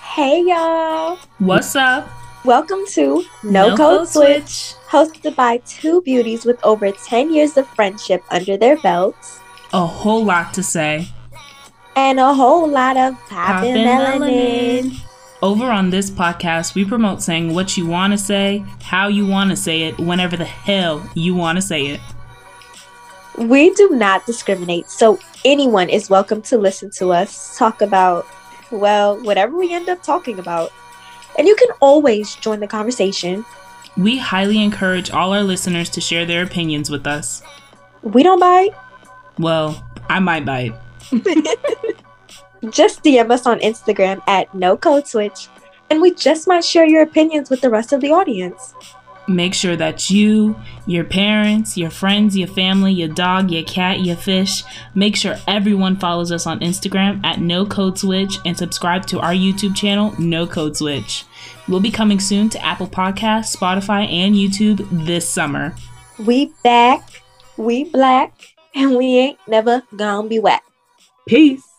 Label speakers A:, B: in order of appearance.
A: Hey y'all!
B: What's up?
A: Welcome to No, Code, Switch, hosted by two beauties with over 10 years of friendship under their belts
B: A whole lot to say.
A: and a whole lot of poppin'
B: Poppin'
A: melanin.
B: melanin. Over on this podcast, we promote saying what you want to say, how you want to say it, whenever the hell you want to say it.
A: We do not discriminate, so anyone is welcome to listen to us talk about, well, whatever we end up talking about. And you can always join the conversation.
B: We highly encourage all our listeners to share their opinions with us.
A: We don't bite.
B: Well, I might bite.
A: Just DM us on Instagram at No Code Switch, and we just might share your opinions with the rest of the audience.
B: Make sure that you, your parents, your friends, your family, your dog, your cat, your fish, make sure everyone follows us on Instagram at No Code Switch and subscribe to our YouTube channel, No Code Switch. We'll be coming soon to Apple Podcasts, Spotify, and YouTube this summer.
A: We back, we black, and we ain't never gonna be whack.
B: Peace.